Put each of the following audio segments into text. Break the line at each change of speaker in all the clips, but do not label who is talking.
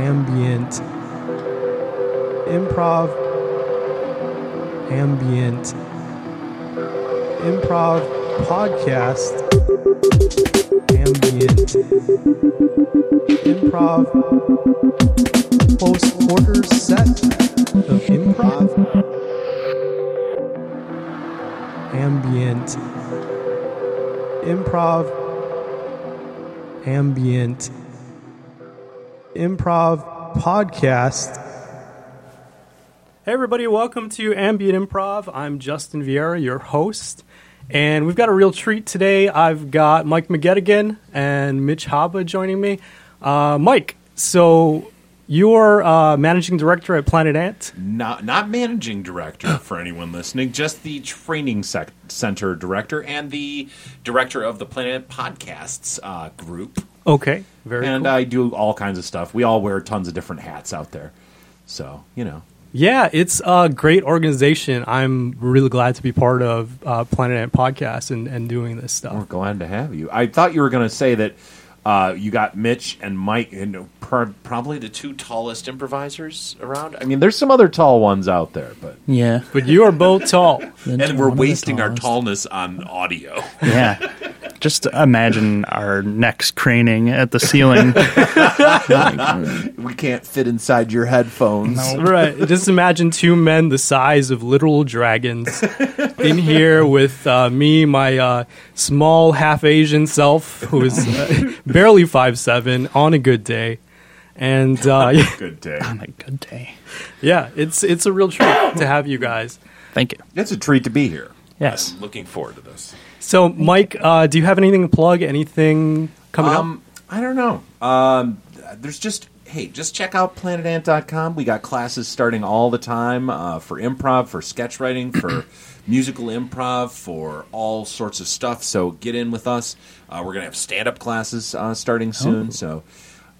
ambient improv ambient improv podcast ambient improv post order set of improv ambient improv ambient improv podcast.
Hey, everybody, welcome to Ambient Improv. I'm Justin Vieira, your host, and we've got a real treat today. I've got Mike McGettigan and Mitch Haba joining me. Uh, Mike, so you're uh, managing director at Planet Ant.
not not managing director for anyone listening, just the training sec- center director and the director of the Planet Podcasts uh, group.
Okay, very
and uh,
cool.
I do all kinds of stuff. We all wear tons of different hats out there, so you know.
yeah, it's a great organization. I'm really glad to be part of uh, Planet Ant podcast and, and doing this
We're
stuff.
glad to have you. I thought you were going to say that uh, you got Mitch and Mike, and pro- probably the two tallest improvisers around. I mean, there's some other tall ones out there, but
Yeah.
But you are both tall.
One of
and
the
we're wasting our
tallest.
tallness on audio.
Yeah. Just imagine our necks craning at the ceiling.
we can't fit inside your headphones.
right. Just imagine two men the size of literal dragons in here with uh, me, my uh, small half Asian self, who is uh, barely five seven on a good day, and uh, yeah,
Good day.
On a good day.
yeah, it's it's a real treat to have you guys.
Thank you.
It's a treat to be here.
Yes.
Looking forward to this.
So, Mike, uh, do you have anything to plug? Anything coming
Um, I don't know. Um, there's just hey, just check out planetant.com. We got classes starting all the time uh, for improv, for sketch writing, for musical improv, for all sorts of stuff. So get in with us. Uh, we're gonna have stand up classes uh, starting soon. So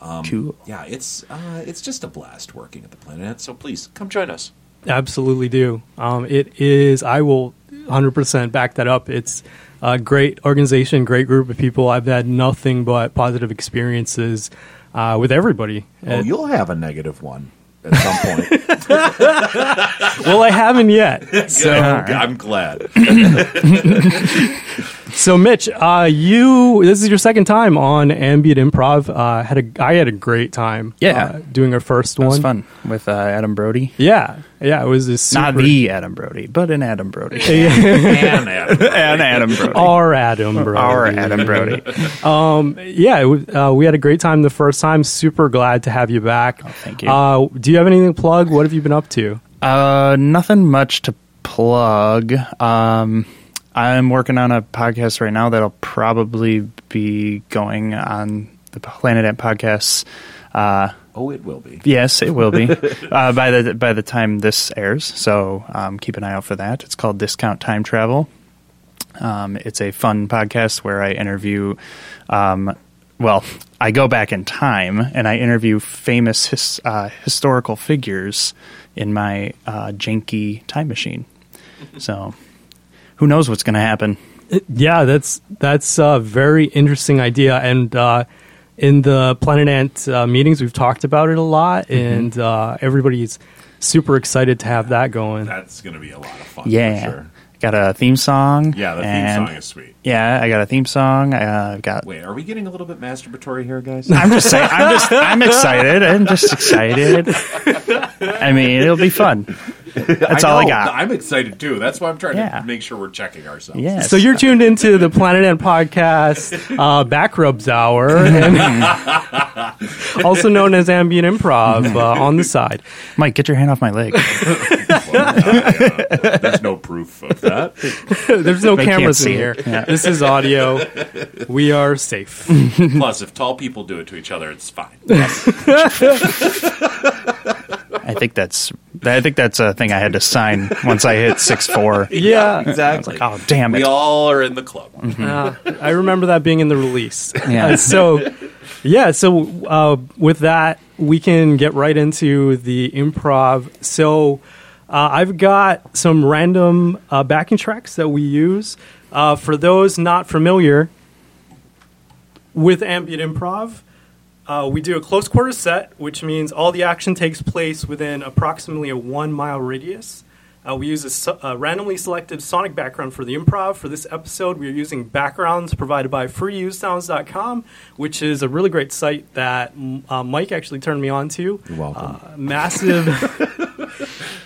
Um,
cool.
yeah, it's uh, it's just a blast working at the Planet Ant. So please come join us.
up? Absolutely do. Um, it is. I will. 100% back that up. It's a great organization, great group of people. I've had nothing but positive experiences uh, with everybody.
Oh,
Uh,
you'll have a negative one at some point.
well, I haven't yet.
so I'm glad.
So, Mitch, uh, you this is your second time on Ambient Improv. Uh, had a I had a great time.
Yeah.
uh, doing our first
It
one.
was fun with uh, Adam Brody.
Yeah, yeah, it was a super,
Not the Adam Brody, but an Adam Brody.
Man, Adam.
an Adam Brody.
our Adam, bro.
Our Adam Brody.
yeah, it was, uh, we had a great time the first time. Super glad to have you back.
Oh, thank you.
Uh, do you have anything to plug? What have you been up to?
Uh, nothing much to plug. Um, I'm working on a podcast right now that'll probably be going on the Planet Ant podcasts. Uh,
Oh, it will be.
Yes, it will be uh, by the by the time this airs. So um, keep an eye out for that. It's called Discount Time Travel. Um, it's a fun podcast where I interview. Um, well, I go back in time and I interview famous his, uh, historical figures in my uh, janky time machine. So, who knows what's going to happen?
Yeah, that's that's a very interesting idea, and uh, in the Planet Ant uh, meetings, we've talked about it a lot, and uh, everybody's super excited to have that going.
That's going to be a lot of fun.
Yeah, got a theme song.
Yeah, the theme
and-
song is sweet.
Yeah, I got a theme song. I, uh, I've got
Wait, are we getting a little bit masturbatory here, guys?
I'm just saying. I'm just. I'm excited. I'm just excited. I mean, it'll be fun.
That's all I got.
I'm excited too. That's why I'm trying
Yeah.
to make sure we're checking ourselves.
Yes.
So you're tuned into the Planet Ant podcast, uh, Back Rubs Hour, and also known as ambient improv uh, on the side.
Mike, get your hand off my leg.
There's no proof of that.
There's no
They can't
cameras in
see
here.
it. Yeah.
This is audio. We are safe.
Plus, if tall people do it to each other, it's fine.
I think that's I think that's a thing I had to sign once I hit six four.
Yeah.
Exactly.
Like, oh damn
we
it!
all are in the club.
Uh, I remember that being in the release.
Yeah.
Uh, so, yeah. So uh, with that, we can get right into the improv. So uh, I've got some random uh, backing tracks that we use. Uh, for those not familiar with ambient improv, uh, we do a close quarter set, which means all the action takes place within approximately a one mile radius. Uh, we use a, so- a randomly selected sonic background for the improv. For this episode, we are using backgrounds provided by freeusesounds.com, which is a really great site that mm, uh, Mike actually turned me on to. You're
welcome.
Uh, massive.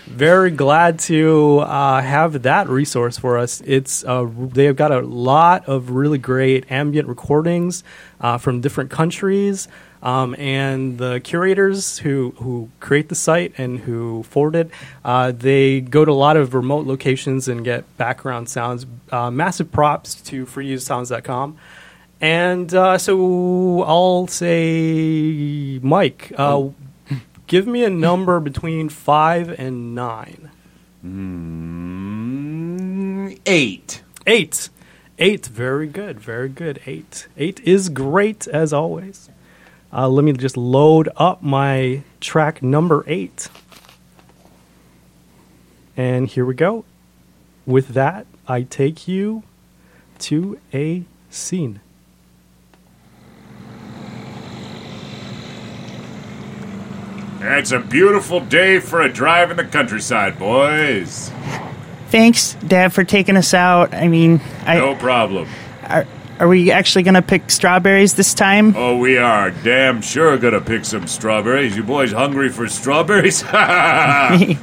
Very glad to uh, have that resource for us. It's uh, they have got a lot of really great ambient recordings uh, from different countries, um, and the curators who who create the site and who forward it, uh, they go to a lot of remote locations and get background sounds. Uh, massive props to freeusesounds.com. And uh, so I'll say, Mike, uh, Give me a number between five and nine.
Eight.
Eight. Eight. Very good. Very good. Eight. Eight is great as always. Uh, let me just load up my track number eight. And here we go. With that, I take you to a scene.
It's a beautiful day for a drive in the countryside, boys.
Thanks, Dad, for taking us out. I mean, I,
No problem.
are, are we actually going to pick strawberries this time?
Oh, we are damn sure gonna pick some strawberries. You boys hungry for strawberries? hey.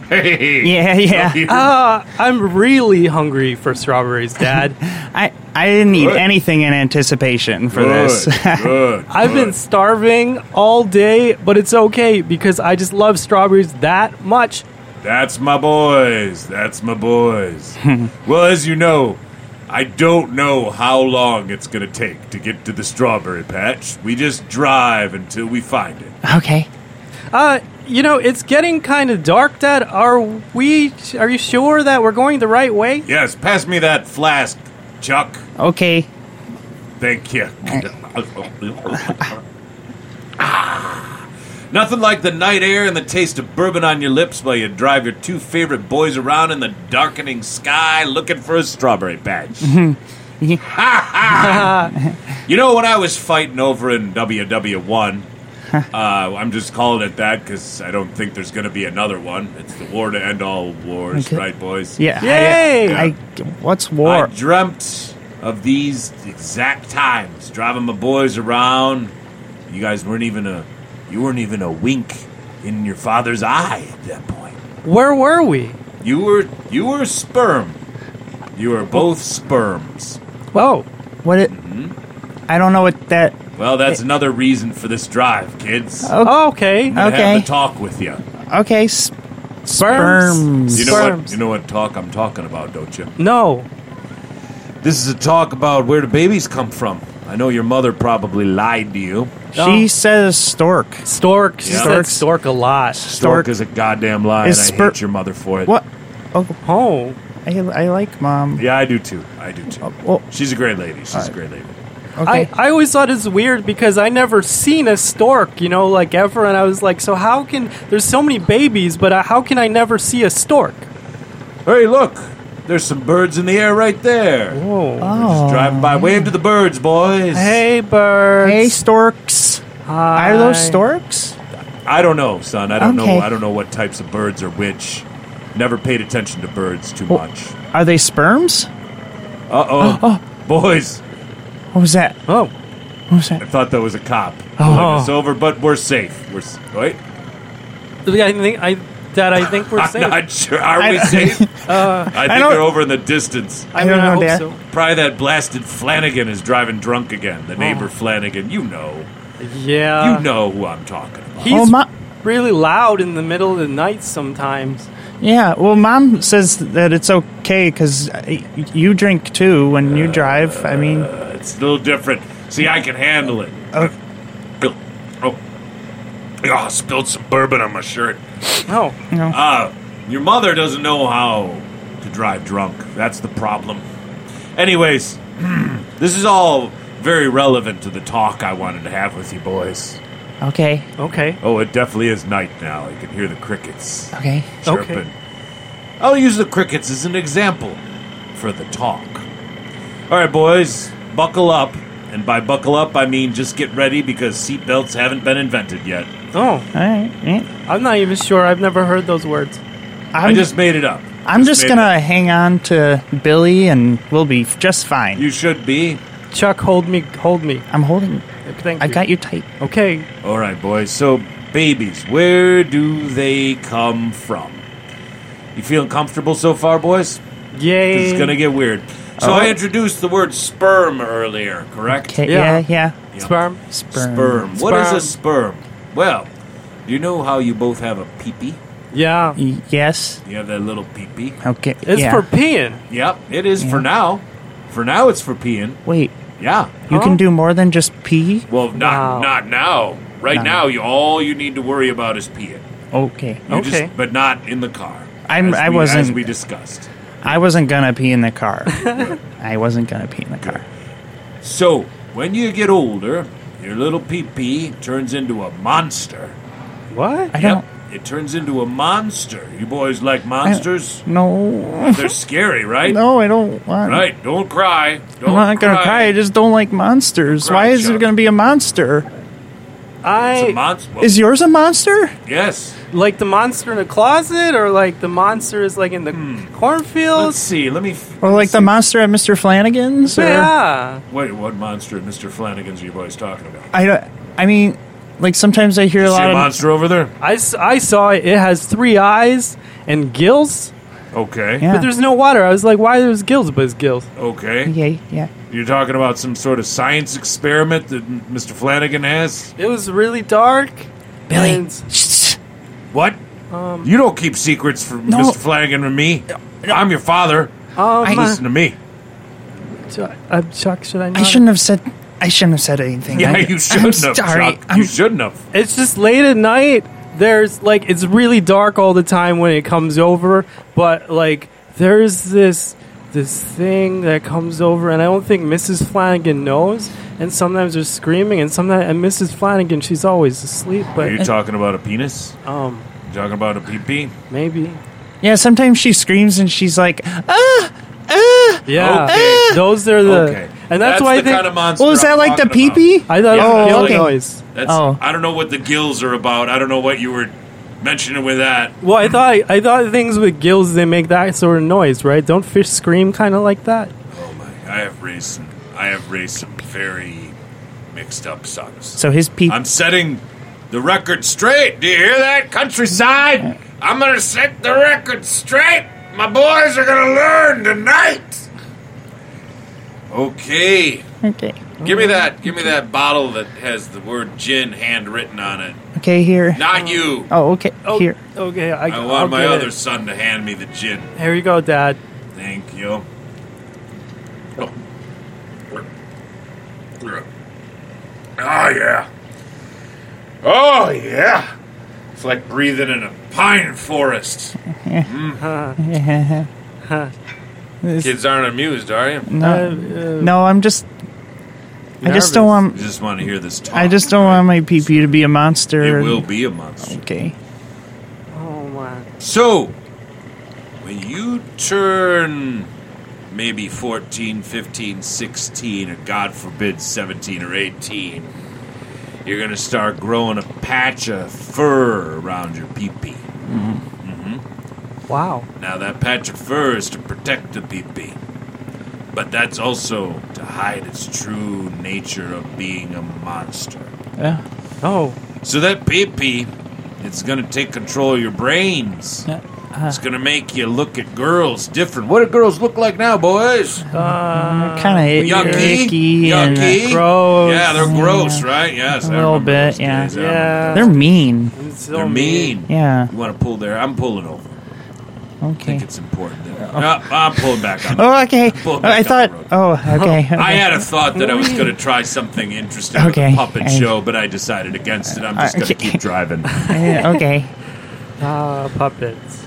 Yeah, yeah.
You-
Uh, I'm really hungry for strawberries, Dad.
I, I didn't eat
Good.
anything in anticipation for this.
Good, good.
I've been starving all day, but it's okay because I just love strawberries that much.
That's my boys. That's my boys. well, as you know, I don't know how long it's gonna take to get to the strawberry patch. We just drive until we find it.
okay.
Uh, you know, it's getting kind of dark, Dad. Are we? Are you sure that we're going the right way?
Yes, pass me that flask, Chuck.
Okay.
Thank you.
Nothing like the night air and the taste of bourbon on your lips while you drive your two favorite boys around in the darkening sky looking for a strawberry patch. you know what I was fighting over in WW1? Uh, I'm just calling it that because I don't think there's going to be another one. It's the war to end all wars,
Okay.
right, boys?
Yeah.
Yay!
I, I, what's
I
war?
dreamt of these exact times, driving my boys around. You guys weren't even a, you weren't even a wink in your father's eye at that point.
Where were we?
You were, you were sperm. You were both sperms.
Oh,
what it?
Mm-hmm.
I don't know what that.
Well, that's another reason for this drive, kids. I'm
oh, okay.
gonna
okay.
have to talk with you.
Okay. s- Sperms.
You know what?
Sperms.
You know what talk I'm talking about, don't you?
No.
This is a talk about where do babies come from. I know your mother probably lied to you. oh.
She says stork.
Stork. She
Yeah.
said
Storks.
stork a lot.
Stork is a goddamn lie, and
Is
I
sper-
hate your mother for it.
What? Oh,
Oh.
I, I like mom. Oh,
Yeah, I do too. I do too.
well-
She's a great lady. She's a great lady.
Okay.
I, I always thought it's weird because I never seen a stork, you know, like ever, and I was like, so how can there's so many babies, but uh, how can I never see a stork?
Hey, look. There's some birds in the air right there.
Whoa!
Oh.
Just driving by. Wave to the birds, boys.
Hey, birds.
hey, storks. Are those
Hi.
storks?
I don't know, son. I don't
Okay.
know. I don't know what types of birds are which. Never paid attention to birds too much.
Are they sperms?
Uh-oh. Boys,
What was that?
Oh,
What was
I
that?
thought that was a cop.
Oh.
It's over, but we're safe. We're s- wait.
yeah, I think I that I think we're
I'm
safe.
not sure. Are we
I-
safe? I think
don't-
they're over in the distance.
I
I
mean,
don't
I
know,
hope
Dad.
so.
Probably that blasted Flanagan is driving drunk again. The neighbor Flanagan, you know,
Yeah.
you know who I'm talking about.
He's
Oh, Ma-
really loud in the middle of the night sometimes.
Yeah, well, mom says that it's okay because you drink too when
Uh,
you drive. I mean,
It's a little different. See, I can handle it. Oh, oh, I spilled some bourbon on my shirt.
No.
Uh, your mother doesn't know how to drive drunk. That's the problem. Anyways, this is all very relevant to the talk I wanted to have with you boys.
okay,
Okay.
Oh, it definitely is night now. You can hear the crickets
okay.
Okay.
chirping. I'll use the crickets as an example for the talk. All right, boys, buckle up. And by buckle up, I mean just get ready because seatbelts haven't been invented yet.
Oh,
All right. yeah.
I'm not even sure. I've never heard those words.
I'm,
i just made it up.
I'm just
made it
gonna hang on to Billy, and we'll be just fine.
up. You should be.
Chuck, hold me, hold me.
I'm holding.
Thank
I got you tight.
Okay.
All right, boys. So, babies, where do they come from? You feeling comfortable so far, boys? 'Cause
Yay.
Eh.
It's gonna get weird. So I introduced the word sperm earlier, correct?
Uh-huh. Okay,
Yeah.
yeah, yeah.
sperm.
Sperm.
Sperm. What is a
Sperm.
sperm? Well, do you know how you both have a peepee?
Yeah.
Y- Yes.
You have that little peepee.
Okay.
It's
yeah.
for peeing.
Yep, it is for
Yeah.
now. For now, it's for peeing.
Wait,
Yeah.
you
Huh?
can do more than just pee.
Well,
Wow.
not not now. Right
No.
now, you all you need to worry about is peeing.
Okay.
You
Okay.
Just, but not in the car.
I'm-
as
I
we,
wasn't-
As we discussed.
I wasn't gonna pee in the car. I wasn't gonna pee in the car.
So, when you get older, your little pee pee turns into a monster.
What?
I don't.
It turns into a monster. You boys like monsters?
No.
They're scary, right?
No, I don't want.
Right. Don't cry. Don't
I'm not gonna cry. I just don't like monsters.
Don't cry,
Why is
Chuck.
it gonna be a monster?
It's a
I
monster.
Is yours a monster?
yes.
like the monster in the closet, or like the monster is like in the cornfield.
Hmm. Let's see. Let me. f-
Or like the monster at Mr. Flanagan's? Or,
Yeah.
Wait, what monster, Mr. Flanagan's, are you boys talking about?
I don't. I mean, like sometimes I hear a
See
lot
a
of.
monster over there?
I, s- I saw it. It has three eyes and gills,
Okay.
Yeah.
but there's no water. I was like, why there's gills? But it's gills.
Okay.
Yeah, yeah.
You're talking about some sort of science experiment that m- Mr. Flanagan has?
It was really dark.
Billy.
and-
Shh, shh.
What? Um, you don't keep secrets from
No.
Mr. Flanagan and me. I'm your father.
Um,
I-
Listen to me.
Chuck, uh, Chuck, should I? Not?
I shouldn't have said. I shouldn't have said anything.
Yeah,
I,
you
I'm
shouldn't have,
sorry.
Chuck.
I'm,
You shouldn't have.
It's just late at night. There's like it's really dark all the time when it comes over, but like there's this this thing that comes over, and I don't think Mrs. Flanagan knows. And sometimes they're screaming, and sometimes and Mrs. Flanagan she's always asleep,
Are you
but
talking about a penis?
um
You talking about a pee-pee?
maybe
yeah, sometimes she screams and she's like, ah, ah.
yeah.
Okay.
Those are the
Okay.
and that's, why I
the
think
kind of monster
Well, is that
I'm
like the
talking
pee
about.
pee?
I thought
Yeah,
it was
oh,
gill
okay.
noise.
That's,
Oh.
I don't know what the gills are about. I don't know what you were mentioning with that.
Well, I thought I thought things with gills they make that sort of noise, right? Don't fish scream kind of like that?
Oh my! I have raised some. I have raised some very mixed up sons.
So his pee.
I'm setting the record straight. Do you hear that, countryside? I'm gonna set the record straight. My boys are gonna learn tonight. Okay,
Okay.
give me that. Give me that bottle that has the word gin handwritten on it.
Okay. Here.
Not you.
Oh, okay.
Oh,
Here.
Okay, I,
I
I'll
want my
get it.
other son to hand me the gin.
Here you go, Dad.
Thank you. Oh yeah. Oh yeah. It's like breathing in a pine forest. Kids aren't amused, are you? You
Mm-hmm. no. No, I'm just. I just
nervous.
don't want.
just want to hear this talk.
I just don't want my pee pee to be a monster.
It
and-
will be a monster.
Okay.
Oh my.
So, when you turn maybe 14, 15, 16, or God forbid 17 or 18, you're going to start growing a patch of fur around your pee pee.
Wow.
Now, that patch of fur is to protect the pee pee, but that's also to hide its true nature of being a monster.
Yeah.
Oh.
So that pee pee It's gonna take control of your brains.
Uh,
It's gonna make you look at girls different. What do girls look like now, boys?
uh,
kind of
Yucky,
icky Oh, and uh,
yucky.
gross. uh,
Yeah, they're gross, right? Yes,
A
I
little
remember
bit,
those
yeah.
days. Um,
Yeah.
They're mean.
So
They're mean.
Yeah.
You want to pull there? I'm pulling over. I
Okay.
think it's important. That, No, I'm pulling back on.
Oh, okay.
Pull
Oh,
it back
I
up
thought.
the road.
Oh, okay.
I had a thought that I was going to try something interesting with
Okay,
a puppet
I-
show, but I decided against it. I'm just
Uh,
going to
okay.
keep driving.
Uh, okay.
Ah, puppets.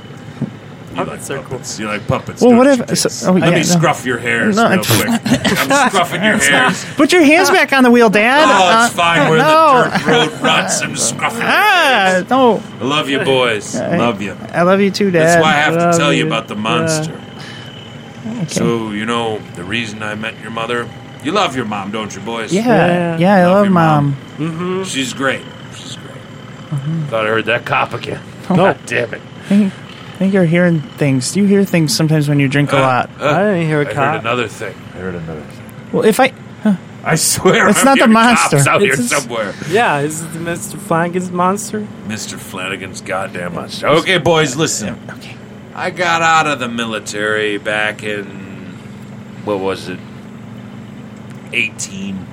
You
Puppets
like
are cool.
puppets? You like puppets?
Well,
don't
what
you,
if- so-
kids?
oh,
Let
yeah,
me
no.
scruff your hairs
No,
real
it's-
quick. I'm scruffing your hairs.
Put your hands back on the wheel, Dad.
Oh, it's
Uh,
fine. We're in
no.
the dirt road ruts. I'm scruffing. your hairs.
Ah, no.
I love you, boys. Love you.
I love you too, Dad.
That's why I have
Love
to tell you about the monster.
Okay.
So you know the reason I met your mother. You love your mom, don't you, boys?
Yeah. Yeah, I
Love
love
your
mom.
mom. She's great. She's great.
Uh-huh.
Thought I heard that cop again.
No,
Damn it.
I think you're hearing things. Do you hear things sometimes when you drink
Uh,
a lot?
I didn't hear a
I heard
cop.
another thing.
I heard another. Thing.
Well, if I.
I swear,
It's
I'm
not the
hearing
monster.
Cops out here
It's just-
somewhere.
Yeah, is it Mr. Flanagan's monster?
Mr. Flanagan's goddamn monster. Okay, boys, listen.
Okay.
I got out of the military back in what was it? Eighteen.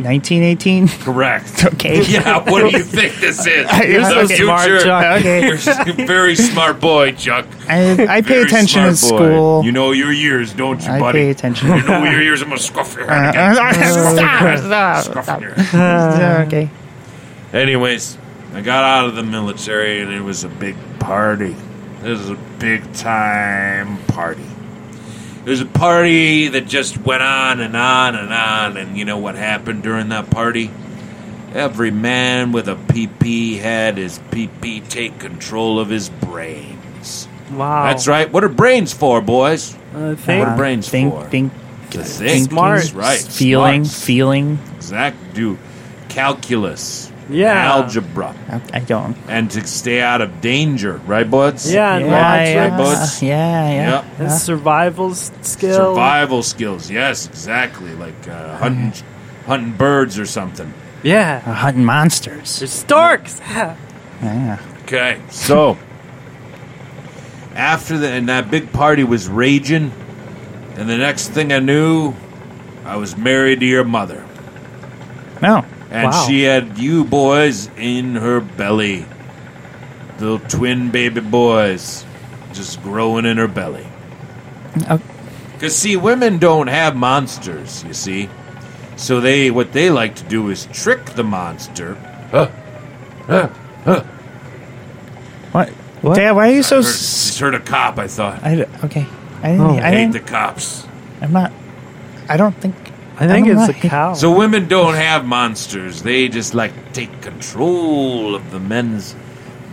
1918?
Correct.
Okay.
Yeah, what do you think this is?
You're
the
so
smart,
future.
Chuck.
Okay.
You're a very smart boy, Chuck.
I, I pay
Very smart
attention at
boy.
school.
You know your years, don't you,
I
buddy?
pay attention.
You know your years. I'm gonna scuff your head again.
Stop, stop,
Scuffing
stop.
your head.
Uh, okay.
Anyways, I got out of the military and it was a big party. It was a big time party. It was a party that just went on and on and on, and you know what happened during that party? Every man with a PP had his PP take control of his brains.
Wow.
That's right. What are brains for, boys?
I think
What are brains
think,
for?
think,
To think.
thinking,
Smart.
Right.
feeling,
Smarts.
feeling.
Exact. Do calculus.
Yeah.
Algebra.
I I don't.
and to stay out of danger, right, buds?
Yeah, and
yeah,
logic.
buds.
yeah, Uh, yeah,
Yep.
yeah.
And survival s- skill.
Survival skills, yes, exactly. Like uh, hunting, hunting birds or something.
Yeah.
We're hunting monsters.
There's storks. Yeah.
Yeah.
Okay, so after the and that big party was raging, and the next thing I knew, I was married to your mother,
No.
and
Wow.
she had you boys in her belly, little twin baby boys, just growing in her belly.
Oh,
Cause see, women don't have monsters, you see. So they what they like to do is trick the monster.
what? Dad, why are you so?
Heard-
s-
Just heard a cop, I thought.
I d- okay. I
Oh.
didn't. I
I hate
didn't.
the cops.
I'm not. I don't think.
I think
don't
it's a
like it.
cow.
So women don't have monsters. They just like to take control of the men's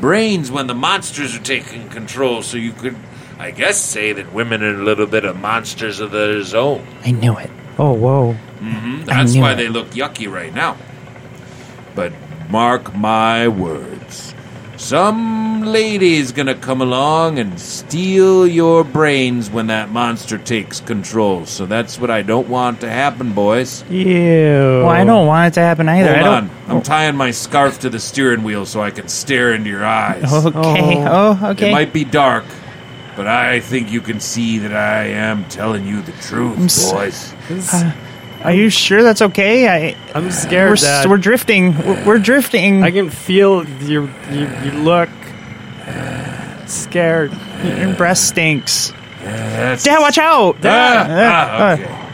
brains when the monsters are taking control. So you could I guess say that women are a little bit of monsters of their own.
I knew it. Oh whoa.
That's
knew
why
it.
they look yucky right now. But mark my words. Some lady's gonna come along and steal your brains when that monster takes control. So that's what I don't want to happen, boys.
Ew.
Well, I don't want it to happen either.
Hold
I
on.
don't.
I'm tying my scarf to the steering wheel so I can stare into your eyes.
Okay. Oh,
Oh.
okay.
It might be dark, but I think you can see that I am telling you the truth,
so-
boys.
Are you sure that's okay? I.
I'm scared
We're,
that
s- we're drifting. We're, we're drifting.
I can feel your, your, your look scared.
Your breath stinks.
That's-
Dad, watch out!
Ah, ah, okay.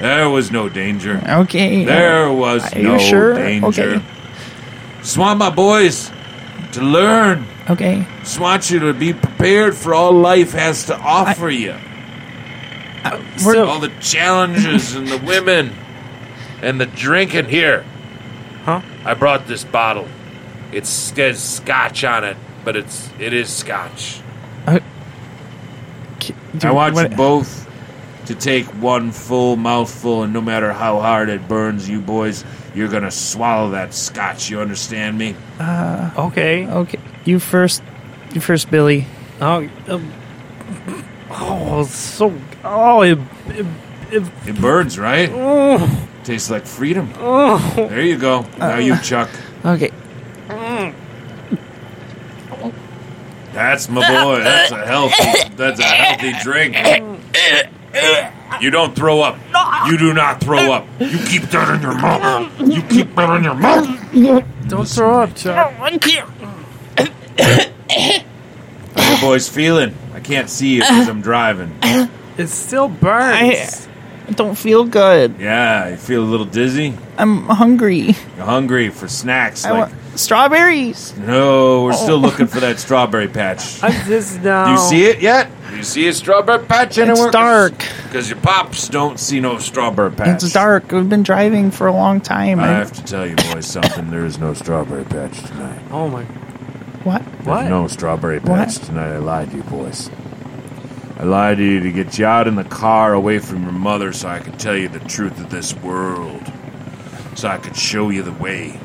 There was no danger.
Okay.
There was
Are you
no
sure?
danger.
Okay.
Just want my boys to learn.
Okay.
Just want you to be prepared for all life has to offer you.
We're-
all the challenges and the women and the drinking here.
Huh?
I brought this bottle. It says scotch on it, but it's it is scotch.
K-
I
dude,
want
what-
you both to take one full mouthful, and no matter how hard it burns you boys, you're gonna swallow that scotch. You understand me?
Okay.
Okay. You first. You first, Billy.
Oh, um, oh it's so. Oh, it, it, it,
It burns, right? Tastes like freedom. There you go. Now you, Chuck.
Okay.
That's my boy. That's a healthy. That's a healthy drink. You don't throw up. You do not throw up. You keep that in your mouth. You keep that in your mouth.
Don't throw up, Chuck.
Your boy's feeling. I can't see you because I'm driving.
It still burns.
I don't feel good.
Yeah, you feel a little dizzy.
I'm hungry.
You're hungry for snacks.
I
Like,
want strawberries.
no, we're still looking for that strawberry patch.
I, am this now.
Do you see it yet?
You see a strawberry patch anywhere?
Oh. It's dark.
Because your pops
Don't see no strawberry patch.
It's dark. We've been driving for a long time.
I
I-
have to tell you boys something. There is no strawberry patch tonight.
Oh my.
what?
What?
There's no strawberry patch tonight. I lied to you boys. I lied to you to get you out in the car away from your mother so I could tell you the truth of this world. So I could show you the way.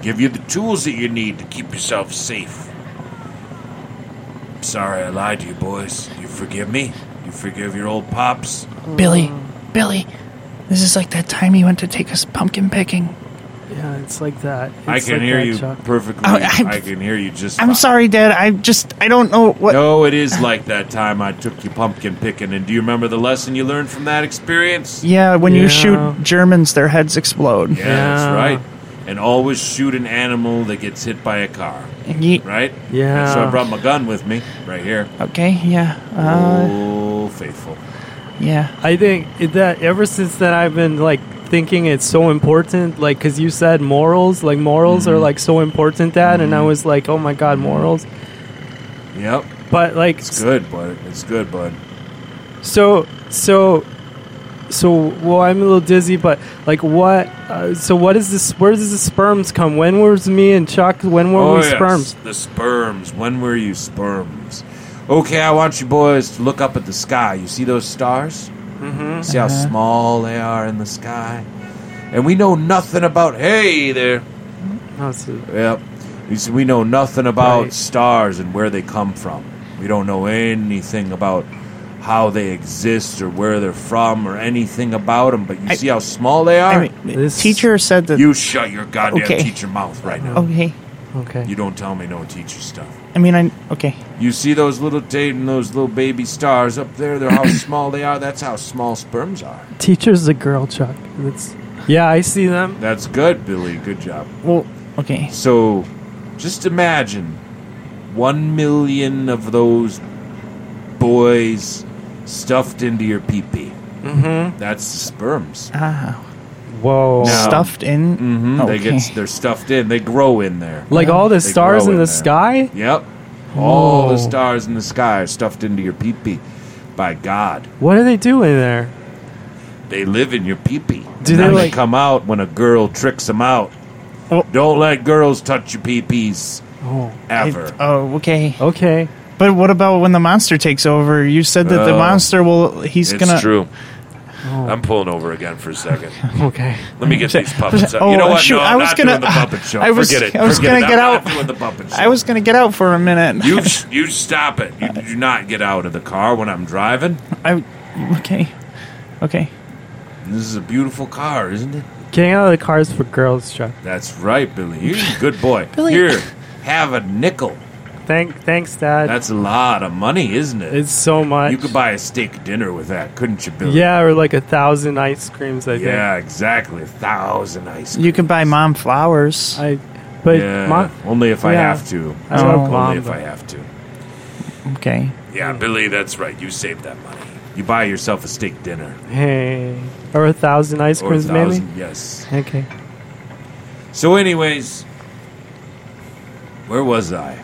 Give you the tools that you need to keep yourself safe. I'm sorry I lied to you boys. You forgive me? You forgive your old pops?
Billy, Billy, this is like that time you went to take us pumpkin picking.
Yeah, it's like that.
I
It's
can
like
hear
that,
you
Chuck.
perfectly.
Oh,
I,
I'm-
can hear you just
I'm
fine.
sorry, Dad. I just I don't know what.
No, it is like that time I took you pumpkin picking, and do you remember the lesson you learned from that experience?
Yeah, when you
Yeah.
shoot Germans, their heads explode.
Yeah, that's
Yeah.
right. And always shoot an animal that gets hit by a car,
Ye-
right?
Yeah.
And so I brought my gun with me, right here.
okay. Yeah. Uh,
oh, faithful.
yeah.
I think that ever since then I've been like thinking it's so important, like because you said morals, like morals
Mm-hmm.
are like so important, Dad, and I was like, oh my god, morals.
Yep,
But like,
it's good, bud. It's good, bud.
so so so well, I'm a little dizzy, but like what? Uh, so what is this? Where does the sperms come? When was me and Chuck? When were
oh,
we
yes,
sperms?
The sperms. When were you sperms? Okay, I want you boys to look up at the sky. You see those stars? Mm-hmm. See how
Uh-huh.
small they are in the sky? And we know nothing about. Hey there.
Oh, so-
Yep. We s- We know nothing about
Right.
stars and where they come from. We don't know anything about how they exist or where they're from or anything about them. But you see how small they are.
I mean, the
This-
teacher said that.
you shut your goddamn
Okay.
teacher mouth right now.
okay.
okay.
You don't tell me no teacher stuff.
I mean, I okay.
You see those little date and those little baby stars up there? They're how small they are. That's how small sperms are.
Teacher's a girl, Chuck. That's, yeah, I see them.
That's good, Billy. Good job.
Well, okay.
So, just imagine one million of those boys stuffed into your peepee. Mm-hmm. That's sperms.
Ah,
Whoa.
No.
stuffed in.
Mm-hmm.
Okay.
They get they're stuffed in. They grow in there.
Like all the
They
stars
grow
in
in
the
there.
sky.
Yep. All the
Whoa.
stars in the sky are stuffed into your peepee. By God,
What do they do in there?
they live in your peepee.
Do
And
they,
then
like-
come out when a girl tricks them out?
Oh.
Don't let girls touch your peepees
Oh,
ever.
It- oh, okay.
okay.
But what about when the monster takes over? You said that the
Oh.
monster will. He's
It's
gonna.
true. I'm pulling over again for a second.
Okay.
Let me get these puppets out.
Oh,
you know what?
shoot,
no,
I
I'm
was
not
gonna- uh,
doing the puppet show.
I was-
Forget it.
I was
Forget
gonna
it.
get
I'm
out.
Not doing the puppet show.
I was gonna get out for a minute.
You you stop it. You do not get out of the car when I'm driving.
I, okay, okay.
This is a beautiful car, isn't it?
Getting out of the cars for girls, Chuck.
That's right, Billy. You're a good boy.
Billy.
Here, have a nickel.
Thank, thanks, Dad.
That's a lot of money, isn't it?
it's so much.
you could buy a steak dinner with that, couldn't you, Billy?
yeah, or like a thousand ice creams. I
Yeah, exactly. A thousand ice cream.
You can buy mom flowers.
think. I. But
yeah,
Ma-
only if I
yeah.
have to.
I love
only
Mom,
if
though.
I have to.
Okay.
Yeah, Billy, that's right. You saved that money.
You buy yourself a steak dinner.
hey, or a thousand ice
Or a
creams, maybe.
thousand, yes.
Okay.
So, anyways, where was I?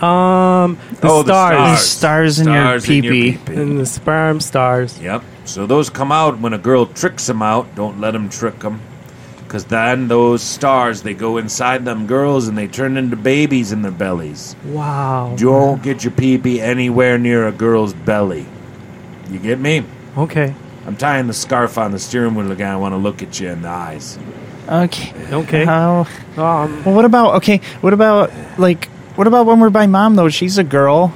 Um, the
Oh, the
stars
Stars.
Stars in your
Stars in your
peepee.
peepee.
and the sperm stars.
Yep. So those come out when a girl tricks them out. Don't let them trick them. Because then those stars, they go inside them girls and they turn into babies in their bellies.
Wow.
Don't get your pee anywhere near a girl's belly. You get me?
Okay.
I'm tying the scarf on the steering wheel again. I want to look at you in the eyes.
Okay.
Okay.
Oh.
Um,
Well, what about okay? What about like? What about when we're by mom though? She's a girl.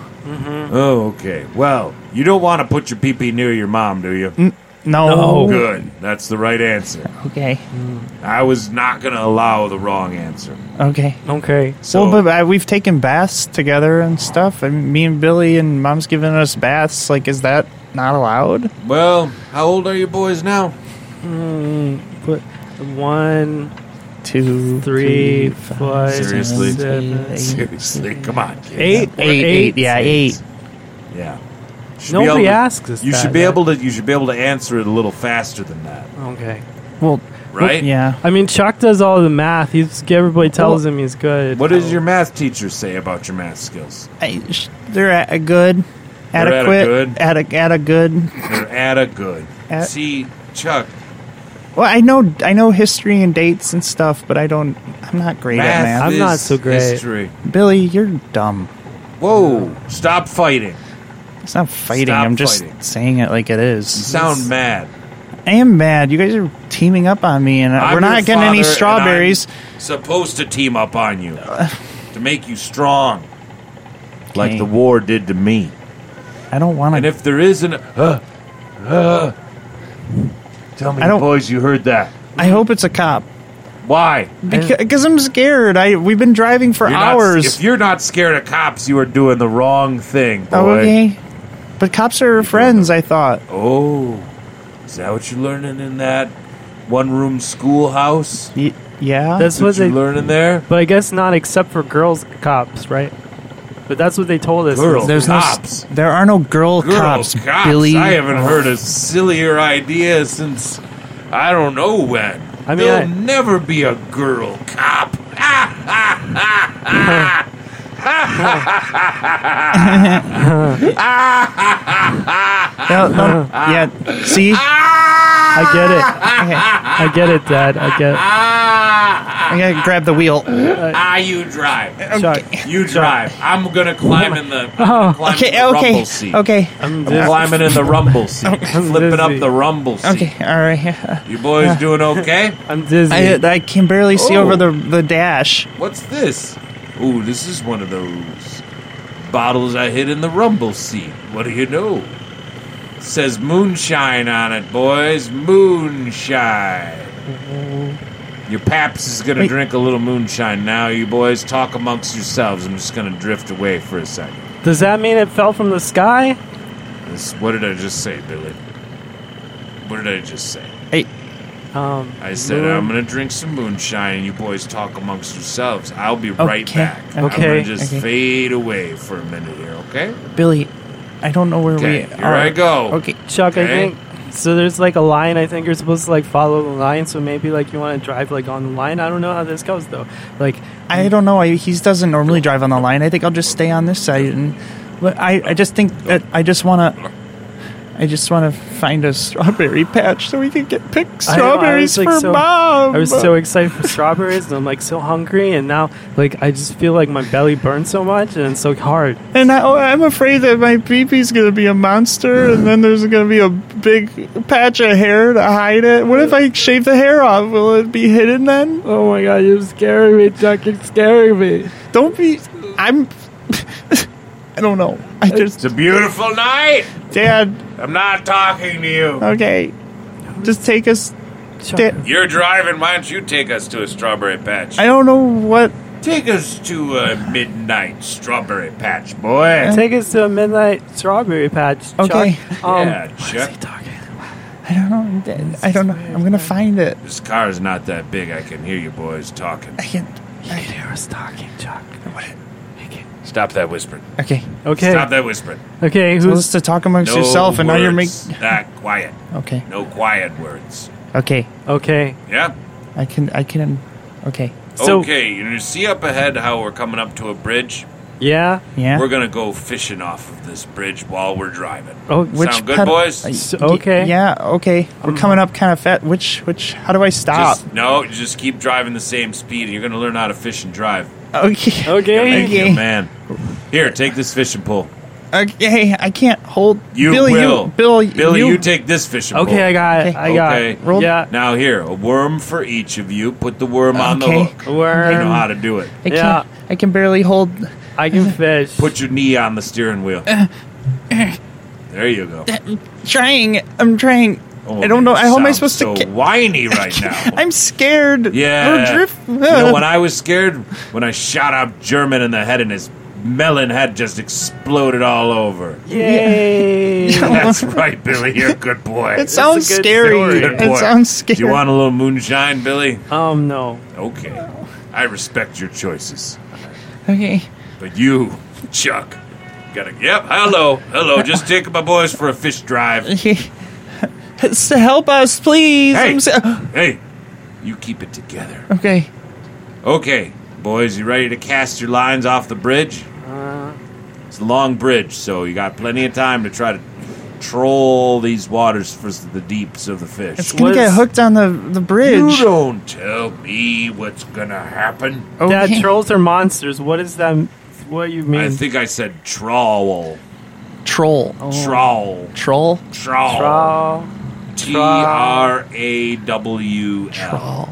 Oh, okay. Well, you don't want to put your pee pee near your mom, do you?
No.
Good. That's the right answer.
Okay.
I was not going to allow the wrong answer.
Okay.
Okay.
So,
well, but uh, we've taken baths together and stuff, and me and Billy and Mom's giving us baths. Like, is that not allowed?
Well, how old are you boys now?
Put one,
Two,
three,
three, five,
five,
Seriously?
seven,
Seriously, come on, kid.
eight, We're
eight, eight, yeah, eight.
Yeah. Should be
Nobody
able to-
asks us.
You
that.
should be able to. You should be able to answer it a little faster than that,
Okay.
Well,
right?
yeah.
I mean, Chuck does all the math. He's everybody tells him he's good.
What does your math teacher say about your math skills?
I, sh- they're at a good,
They're at a
adequate,
good.
at a, at a good.
They're at a good.
At-
See, Chuck,
Well, I know, I know history and dates and stuff, but I don't. I'm not great
math
at
is
I'm not so great.
History.
math. Billy, you're dumb.
Whoa! Stop fighting.
It's not fighting.
Stop
I'm just
fighting.
saying it like it
You
is.
sound mad.
I am mad. You guys are teaming up on me, and uh,
I'm your
we're not getting
father,
any
and I'm
strawberries. Uh.
supposed to team up on you to make you strong, like
Okay.
the war did to me.
I don't want
And
to.
if there is an, uh, uh, tell me,
I don't-
boys, you heard that?
I hope it's a cop
Why?
because I'm scared. I we've been driving for
You're not-
hours.
if you're not scared of cops, you are doing the wrong thing, boy.
oh, okay, but cops are friends. I thought.
Oh, is that what you're learning in that one-room schoolhouse?
Y- yeah.
That's what
what
they.
you learning there?
But I guess not, except for girls cops, right? But that's what they told us.
Girls.
There's
cops.
no. s- There are no girl,
Girl
cops,
cops,
Billy.
I haven't heard a sillier idea since I don't know when.
I mean,
There'll
I-
never be a girl cop.
No, no, yeah. See,
Ah.
I get it. I get it, Dad. I get. It.
I gotta grab the wheel.
Ah, you drive.
Chuck,
You drive. I'm gonna climb in the,
Oh.
I'm gonna climb in
Okay,
the rumble
okay,
seat.
okay,
I'm
I'm just,
climbing in the rumble seat. Flipping up
dizzy.
the rumble seat.
okay. All right.
You boys doing okay?
I'm dizzy.
I, I can barely see
Oh.
over the the dash.
What's this? Ooh, this is one of those bottles I hid in the rumble seat. What do you know? says moonshine on it, boys. Moonshine. Your paps is gonna
Wait.
drink a little moonshine now. You boys talk amongst yourselves. I'm just gonna drift away for a second.
Does that mean it fell from the sky?
This, what did I just say, Billy? What did I just say?
Um,
I said
moon-
I'm gonna drink some moonshine, and you boys talk amongst yourselves. I'll be right
Okay.
back. I'm
Okay.
gonna just
Okay.
fade away for a minute here, okay?
Billy, I don't know where
Okay,
we
here
are.
I go.
Okay.
Chuck, I
Okay.
think so. There's like a line. I think you're supposed to like follow the line. So maybe like you want to drive like on the line. I don't know how this goes though. Like
I don't know. I, he doesn't normally drive on the line. I think I'll just stay on this side, and but I, I just think that I just want to. I just want to find a strawberry patch so we can get pick
I know, I
strawberries
was, like,
for
so-
mom.
I was so excited for strawberries, and I'm like so hungry, and now like I just feel like my belly burns so much, and it's so hard.
and I, oh, I'm afraid that my peepee's gonna be a monster, and then there's gonna be a big patch of hair to hide it. What if I shave the hair off? Will it be hidden then?
Oh my god, you're scaring me, Chuck. You're scaring me.
Don't be. I'm. I don't know. I just,
It's a beautiful night.
Dad.
I'm not talking to you.
Okay, just take us.
Chuck,
You're driving. Why don't you take us to a strawberry patch?
I don't know what.
Take us to a midnight strawberry patch, boy.
take us to a midnight strawberry patch. Chuck.
Okay.
Um,
yeah, Chuck.
I don't know. I don't know. I'm gonna find it.
This car's not that big. I can hear you boys talking.
I can't.
You can hear us talking, Chuck.
Stop that whispering.
Okay.
Okay.
Stop that whispering.
Okay.
So
Who's
to talk amongst
No
yourself, and now you're making.
words. Not quiet.
Okay.
No quiet words.
Okay.
okay?
Yeah.
I can. I can. Okay.
So-
okay, you see up ahead how we're coming up to a bridge?
Yeah.
Yeah.
We're gonna go fishing off of this bridge while we're driving.
Oh,
Which
sound good,
pedal-
boys? Mm-hmm.
I-
S- okay.
y- Yeah. Okay. We're coming up kind of fat. Which. Which. How do I stop?
Just, no, you just keep driving the same speed, and you're gonna learn how to fish and drive.
okay.
Okay.
Thank you,
Okay.
man. Here, take this fishing pole.
Okay. I can't hold.
You
Billy,
will,
You, Bill.
Billy, you, take this fishing pole.
Okay, I got it.
Okay.
I got it.
Okay.
Roll-
Yeah.
Now here, a worm for each of you. Put the worm on the
Okay.
hook.
Worm.
You know how to do it.
I
Yeah.
can't. I can barely hold.
I can fish.
Put your knee
Uh,
on the steering wheel. There you go.
Trying. I'm trying.
Oh,
I don't know.
you
How am I
sound
supposed to
so
ca-
whiny right now.
I'm scared.
Yeah.
We're drift-
You know, when I was scared, when I shot out German in the head and his melon head just exploded all over.
Yay!
That's right, Billy. You're a good boy.
it sounds
a good
scary.
story.
Good boy.
It sounds
Do
scary.
you want a little moonshine, Billy?
um, no.
Okay. I respect your choices.
okay.
But you, Chuck, gotta. Yep, hello. Hello. Just take my boys for a fish drive.
S- Help us, please.
Hey.
I'm so-
Hey, you keep it together.
okay.
Okay, boys, you ready to cast your lines off the bridge?
Uh-huh.
it's a long bridge, so you got plenty of time to try to troll these waters for the deeps of the
It's
fish.
gonna get
was-
hooked on the the
You
bridge.
don't tell me what's gonna happen.
Okay.
That trolls are monsters. What is that? What you mean?
I think I said
Oh.
trawl.
troll.
Trawl.
Troll.
Trawl.
Troll.
T R A W L.
Troll.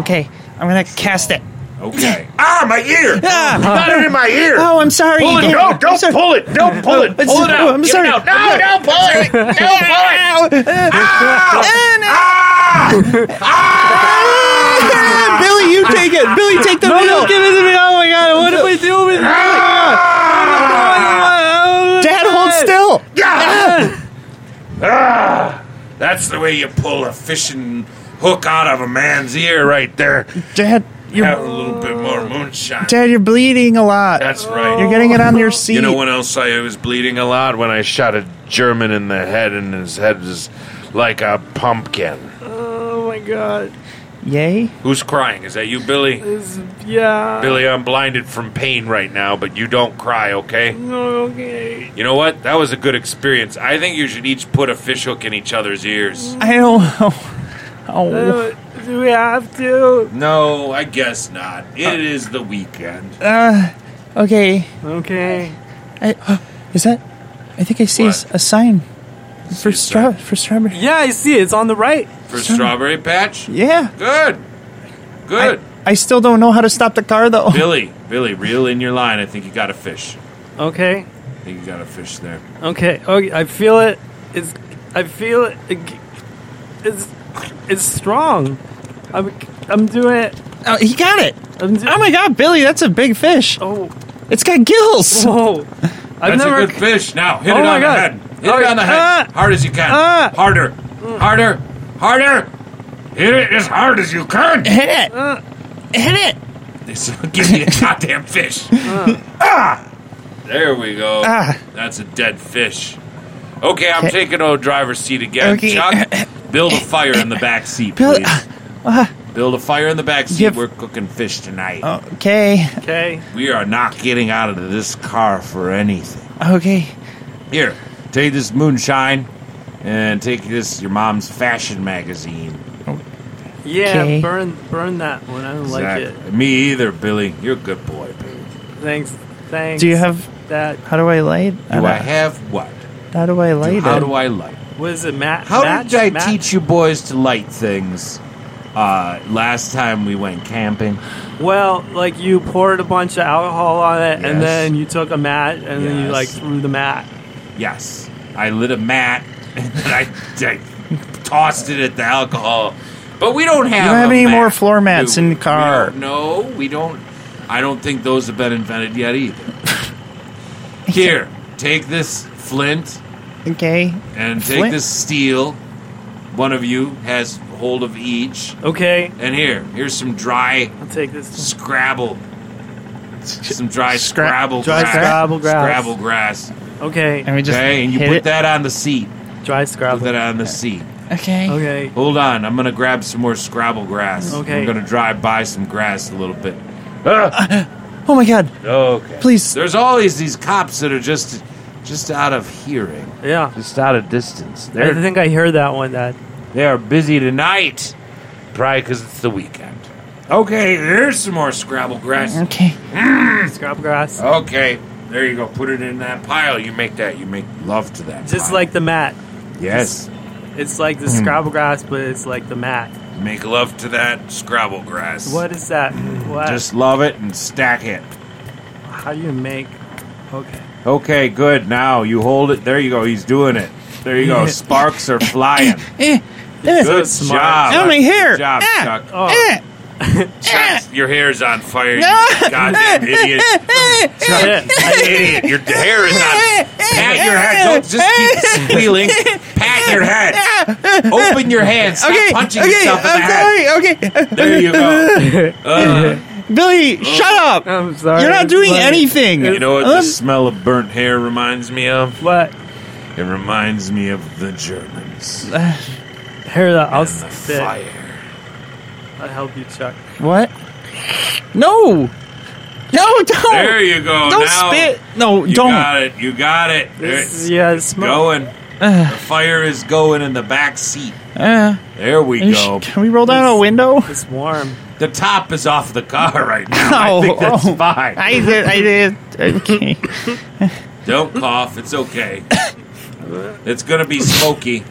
Okay. I'm gonna cast it.
Okay. ah, my ear!
Ah!
Got it in my ear!
Oh, I'm sorry.
Pull it!
Damn.
No,
I'm
don't
sorry.
pull it! Don't pull it!
It's-
Pull it out!
oh, I'm
Get
sorry.
It out. No, don't pull it! Don't pull
Ow! Uh,
Ah!
and-
Ah!
Ah, Billy, you take it. Billy, take the no, middle. give it to me. Oh my god, what am I doing?
Ah!
Ah!
Oh, Dad, hold still.
That's the way you pull a fishing hook out of a man's ear right there.
Dad,
Have
you're
a little bit more moonshine.
Dad, you're bleeding a lot.
That's right.
You're getting it on your seat.
you know when else I was bleeding a lot?
When I shot a German in the head and his head was like a pumpkin.
Oh my god.
Yay.
Who's crying? Is that you, Billy?
This, yeah.
Billy, I'm blinded from pain right now, but you don't cry, okay?
Okay.
You know what? That was a good experience. I think you should each put a fishhook in each other's ears.
I don't know. Oh,
Uh, do we have to?
No, I guess not. It
Uh,
is the weekend.
okay.
Okay.
I, is that? I think I see a s-
What?
a sign for
a
straw
sign?
for strawberry.
Yeah, I see. it. It's on the right.
For strawberry patch?
Yeah.
Good.
I,
Good.
I still don't know how to stop the car though.
Billy, Billy, reel in your line. I think you got a fish.
Okay.
I think you got a fish there.
Okay. Okay. I feel it. It's. I feel it. it g- It's. It's strong. I'm. I'm doing it.
Oh, he got it.
I'm doing.
Oh my god, Billy, that's a big fish.
Oh.
It's got gills.
Whoa. I've
That's
never.
a good fish. Now hit
Oh
it
my
on the
God.
head. Hit
Oh,
it on the head.
ah!
hard as you can.
Ah!
harder. Harder. Harder. Hit it as hard as you can.
Hit it. Hit it.
This will give me a goddamn fish. ah! There we go.
Ah.
That's a dead fish. Okay, I'm taking over driver's seat again.
Okay.
Chuck, build a fire in the back seat,
Bill-
please.
uh,
Build a fire in the back seat.
Give-
We're cooking fish tonight.
Okay.
Okay.
We are not getting out of this car for anything.
Okay.
Here, take this moonshine and take this your mom's fashion magazine.
Yeah.
Okay.
Burn. Burn that one. I don't like it.
Exactly. Me either, Billy. You're a good boy, Billy.
Thanks. Thanks.
Do you have?
that?
How do I light? Uh,
Do I have what?
How do I light
How
it?
do I light?
What is it, Matt?
How
match?
did I
Match?
teach you boys to light things uh, last time we went camping?
Well, like you poured a bunch of alcohol on it,
Yes.
and then you took a mat, and then you
Yes.
like threw the mat.
Yes. I lit a mat and I, I tossed it at the alcohol. But we don't have
don't have
a
any
mat,
more floor mats
do
in
we?
the car.
We don't- no, we don't. I don't think those have been invented yet either. Here, take this flint
Okay.
and take
Flint?
this steel. One of you has hold of each.
Okay,
And here, here's some dry
I'll take this.
Scrabble. Some dry
Scra-
Scrabble
dry
grass.
Scrabble grass.
Scrabble grass.
Okay,
And we just
okay, and you
hit
put
it.
that on the seat.
dry
Put that
scrabble.
on the seat.
Okay.
Okay,
Hold on, I'm gonna grab some more Scrabble grass.
Okay.
I'm gonna drive by some grass a little bit.
Oh my god.
Okay.
Please.
There's always these cops that are just, just out of hearing,
yeah.
just out of distance.
I
They're
think I heard that one. That
they are busy tonight.
Probably because it's the weekend.
Okay, here's some more Scrabble grass.
Okay.
scrabble grass,
Okay, there you go. Put it in that pile. You make that. You make love to that.
just
pile.
like the mat.
yes.
It's like
Hmm.
the scrabble grass, but it's like the mat.
Make love to that Scrabble grass.
What is that? What?
Hmm. Just love it and stack it.
how do you make? Okay.
Okay, good. Now you hold it. There you go. He's doing it. There you go. Sparks are flying.
Eh,
Good job.
Oh, my hair.
Good job,
Ah.
Chuck.
Eh,
Chuck, Your hair's on fire, you goddamn idiot.
Eh,
Shit.
idiot. Your hair is
eh,
on Pat your head. Don't just keep squealing. Pat your head. Open your hand. Stop
okay,
punching
okay,
yourself in the head.
I'm sorry. Okay,
There you go. Uh,
Billy, shut up.
I'm sorry.
You're not doing
Like,
anything.
You know what the
Um,
smell of burnt hair reminds me of?
What?
It reminds me of the Germans. and
Hear that? I'll
the
spit.
fire.
I'll help you, Chuck.
What? No. No, don't.
There you go.
don't
now
spit. No,
You
don't.
got it. You got it.
This
It's
is, yeah, it's smoke.
going. the fire is going in the back seat.
Uh,
There we
you
go.
sh- can we roll down a window?
It's warm.
The top is off the car right now.
Oh,
I think that's
oh.
fine.
I did. I did. Okay.
Don't cough. It's okay. it's gonna be smoky.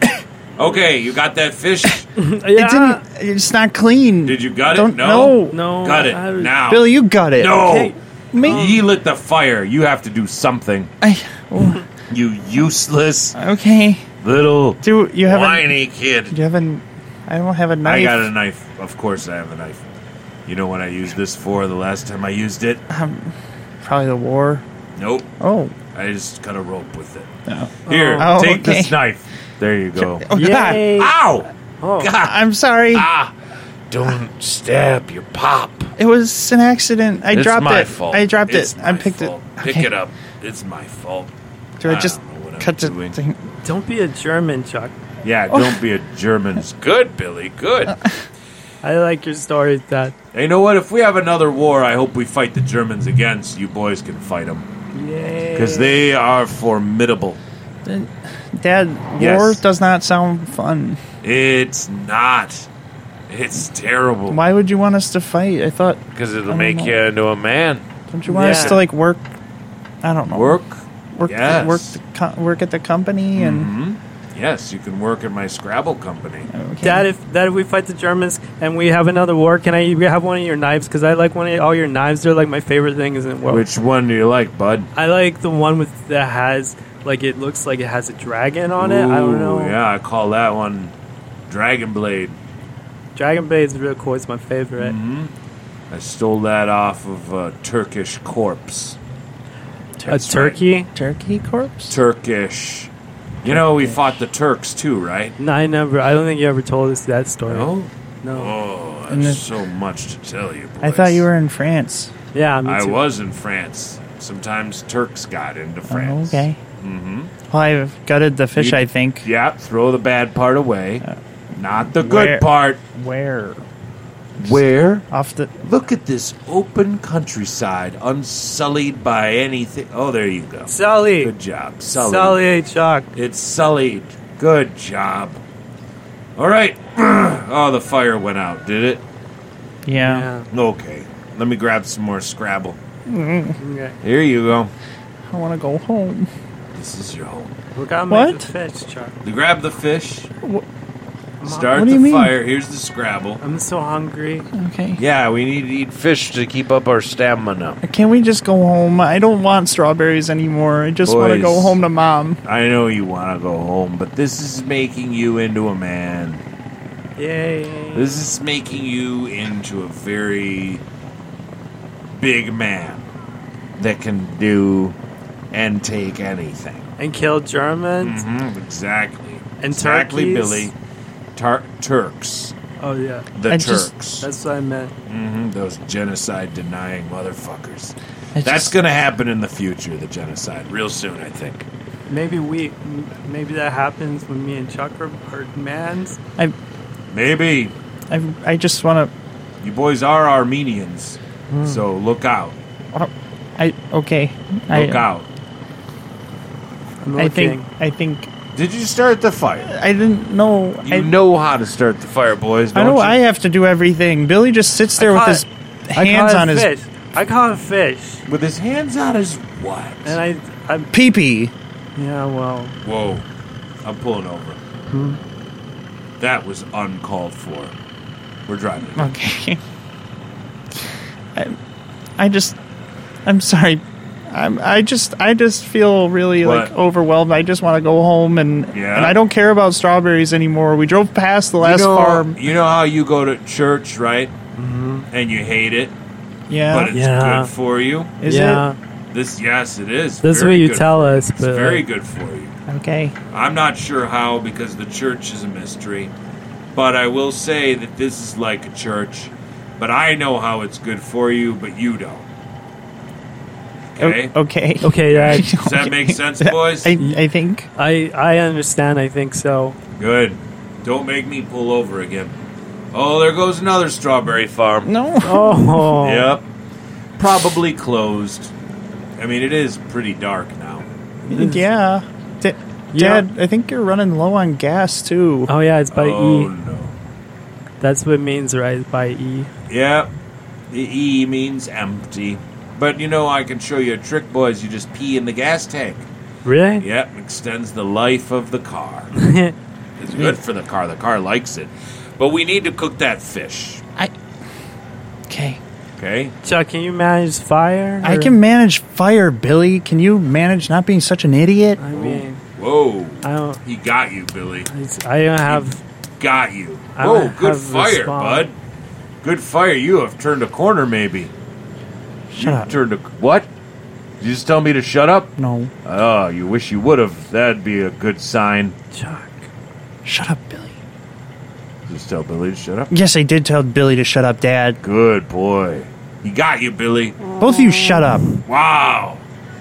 Okay, you got that fish?
It
Yeah.
didn't. It's not clean.
Did you gut it?
Don't
No.
know.
No.
Got it
I-
now.
Billy, you got it.
no.
Okay.
Me-
He lit the fire. You have to do something.
I- oh,
You useless
okay.
little
Do you have a?
whiny
Do
kid.
you have an? I don't have a knife.
I got a knife. Of course, I have a knife. You know what I used this for the last time I used it?
Probably the war.
Nope.
Oh.
I just cut a rope with it. Here,
Oh,
take
okay.
this knife. There you go.
Oh God.
Yay.
Ow!
Oh.
God!
I'm sorry.
Ah! Don't stab your pop.
It was an accident. I
it's
dropped
my
it.
Fault.
I dropped
It's
it. I
my
picked
fault.
it.
Pick
Okay.
it up. It's my fault.
Do
I
I just
don't know what I'm
cut the
doing.
thing?
Don't be a German, Chuck.
Yeah,
Oh.
don't be a German. Good, Billy.
Uh.
Good.
I like your story, Dad.
Hey, you know what? If we have another war, I hope we fight the Germans again so you boys can fight them.
Yay.
Because they are formidable.
Dad,
Yes.
war does not sound fun.
It's not. It's terrible.
Why would you want us to fight? I thought.
Because
I
it'll
don't
make
know.
you into a man.
Don't you want us
Yeah.
to like work? I don't know.
Work?
Work.
Yes. Mm-hmm.
Work. The co- work at the company and.
Yes, you can work at my Scrabble company.
Okay.
Dad, if Dad, if we fight the Germans and we have another war, can I have one of your knives? Because I like one of all your knives. They're like my favorite things in the world.
Which one do you like, bud?
I like the one with that has like it looks like it has a dragon on it. I
Ooh,
don't know.
Yeah, I call that one Dragon Blade.
Dragon Blade's real cool. It's my favorite.
Mm-hmm. I stole that off of a Turkish corpse.
A turkey.
Turkey corpse.
Turkish. You know, we fought the Turks too, right?
No, I never. I don't think you ever told us that story. No.
Oh,
And
there's
the-
so much to tell you. Boys.
I thought you were in France.
Yeah, me
I
too.
was in France. Sometimes Turks got into
Oh,
France.
okay. Mm-hmm. Well, I've gutted the fish.
You-
I think.
Yeah, throw the bad part away. Not the good
Where-
part.
Where?
Where?
Off the.
Look at this open countryside, unsullied by anything. Oh, there you go.
Sully.
Good job. Sullied.
Sully A. Chuck.
It's sullied. Good job. All right. oh, the fire went out, did it?
Yeah.
Yeah.
Okay. Let me grab some more Scrabble.
Okay.
Here you go.
I want to go home.
This is your home.
We gotta
What?
make the fish, Chuck.
You grab the fish. Start
What do you
the
mean?
fire. Here's the Scrabble.
I'm so hungry.
Okay.
Yeah, we need to eat.
Fish to keep up our stamina.
Can we just go home? I don't want strawberries anymore. I just want to
Boys.
go home to mom.
I know you want to go home, but this is making you into a man.
Yay.
This is making you into a very big man that can do and take anything.
And kill Germans.
hmm exactly.
And
exactly,
turkeys?
Billy. Tur- Turks.
Mm.
Oh yeah.
The
I just-
Turks.
That's what I meant.
hmm those genocide denying motherfuckers.
I
That's
just-
going to happen in the future, the genocide, real soon, I think.
Maybe we, m- maybe that happens when me and Chuck are, are mans.
I,
Maybe.
I, I just want to.
You boys are Armenians,
Hmm.
so look out.
I okay.
Look
I,
out.
I'm
I
looking.
think. I think.
Did you start the fire?
I didn't know.
You
I,
know how to start the fire, boys,
I
don't
know.
you?
I have to do everything. Billy just sits there with
caught-
his
I
hands
caught
on
a
his
fish. I caught a fish,
With his hands on his what?
and I, I,
pee pee.
yeah, well,
Whoa. I'm pulling over.
Hmm?
That was uncalled for. We're driving.
Okay. I, I just. I'm sorry. I'm, I just I just feel really
What?
like overwhelmed. I just want to go home and
Yeah.
and I don't care about strawberries anymore. We drove past the last
you know,
farm. Mm-hmm.
You know how you go to church, right? And you hate it, but
Yeah,
it's
Yeah.
good for you.
is
yeah.
This, yes, it is.
This is
Very
what you
good
tell
for you.
us,
It's
but,
very
like-
good for you.
it okay?
I'm not sure how because the church is a mystery, but I will say that this is like a church. But I know how it's good for you, but you don't. Okay,
O- okay.
Okay, yeah.
does that make sense, boys?
I, I think
I I understand. I think so.
Good. Don't make me pull over again. Oh, there goes another strawberry farm.
no.
Oh,
Yep. Probably closed. I mean, it is pretty dark now.
Yeah, Da-
Yeah.
Dad, I think you're running low on gas too.
Oh yeah, it's by
oh
E.
no.
That's what it means, right? By E.
Yeah, the E means empty. But you know, I can show you a trick, boys. You just pee in the gas tank.
Really?
Yep, extends the life of the car. it's good for the car. The car likes it. But we need to cook that fish.
Okay,
Okay.
Chuck, can you manage fire?
I
or-
can manage fire, Billy. Can you manage not being such an idiot?
I mean,
Whoa.
I don't.
He got you, Billy.
it's- I don't have.
Got you.
I
Whoa,
don't
good
have the
fire,
spawn.
bud. Good fire. You have turned a corner, maybe.
Shut
you
up.
Turned a what? Did you just tell me to shut up?
No.
Oh, you wish you would have. That'd be a good sign.
Chuck.
Shut up, Billy.
Just tell Billy to shut up.
Yes, I did tell Billy to shut up, Dad.
Good boy. He got you, Billy.
Both of you shut up.
Wow.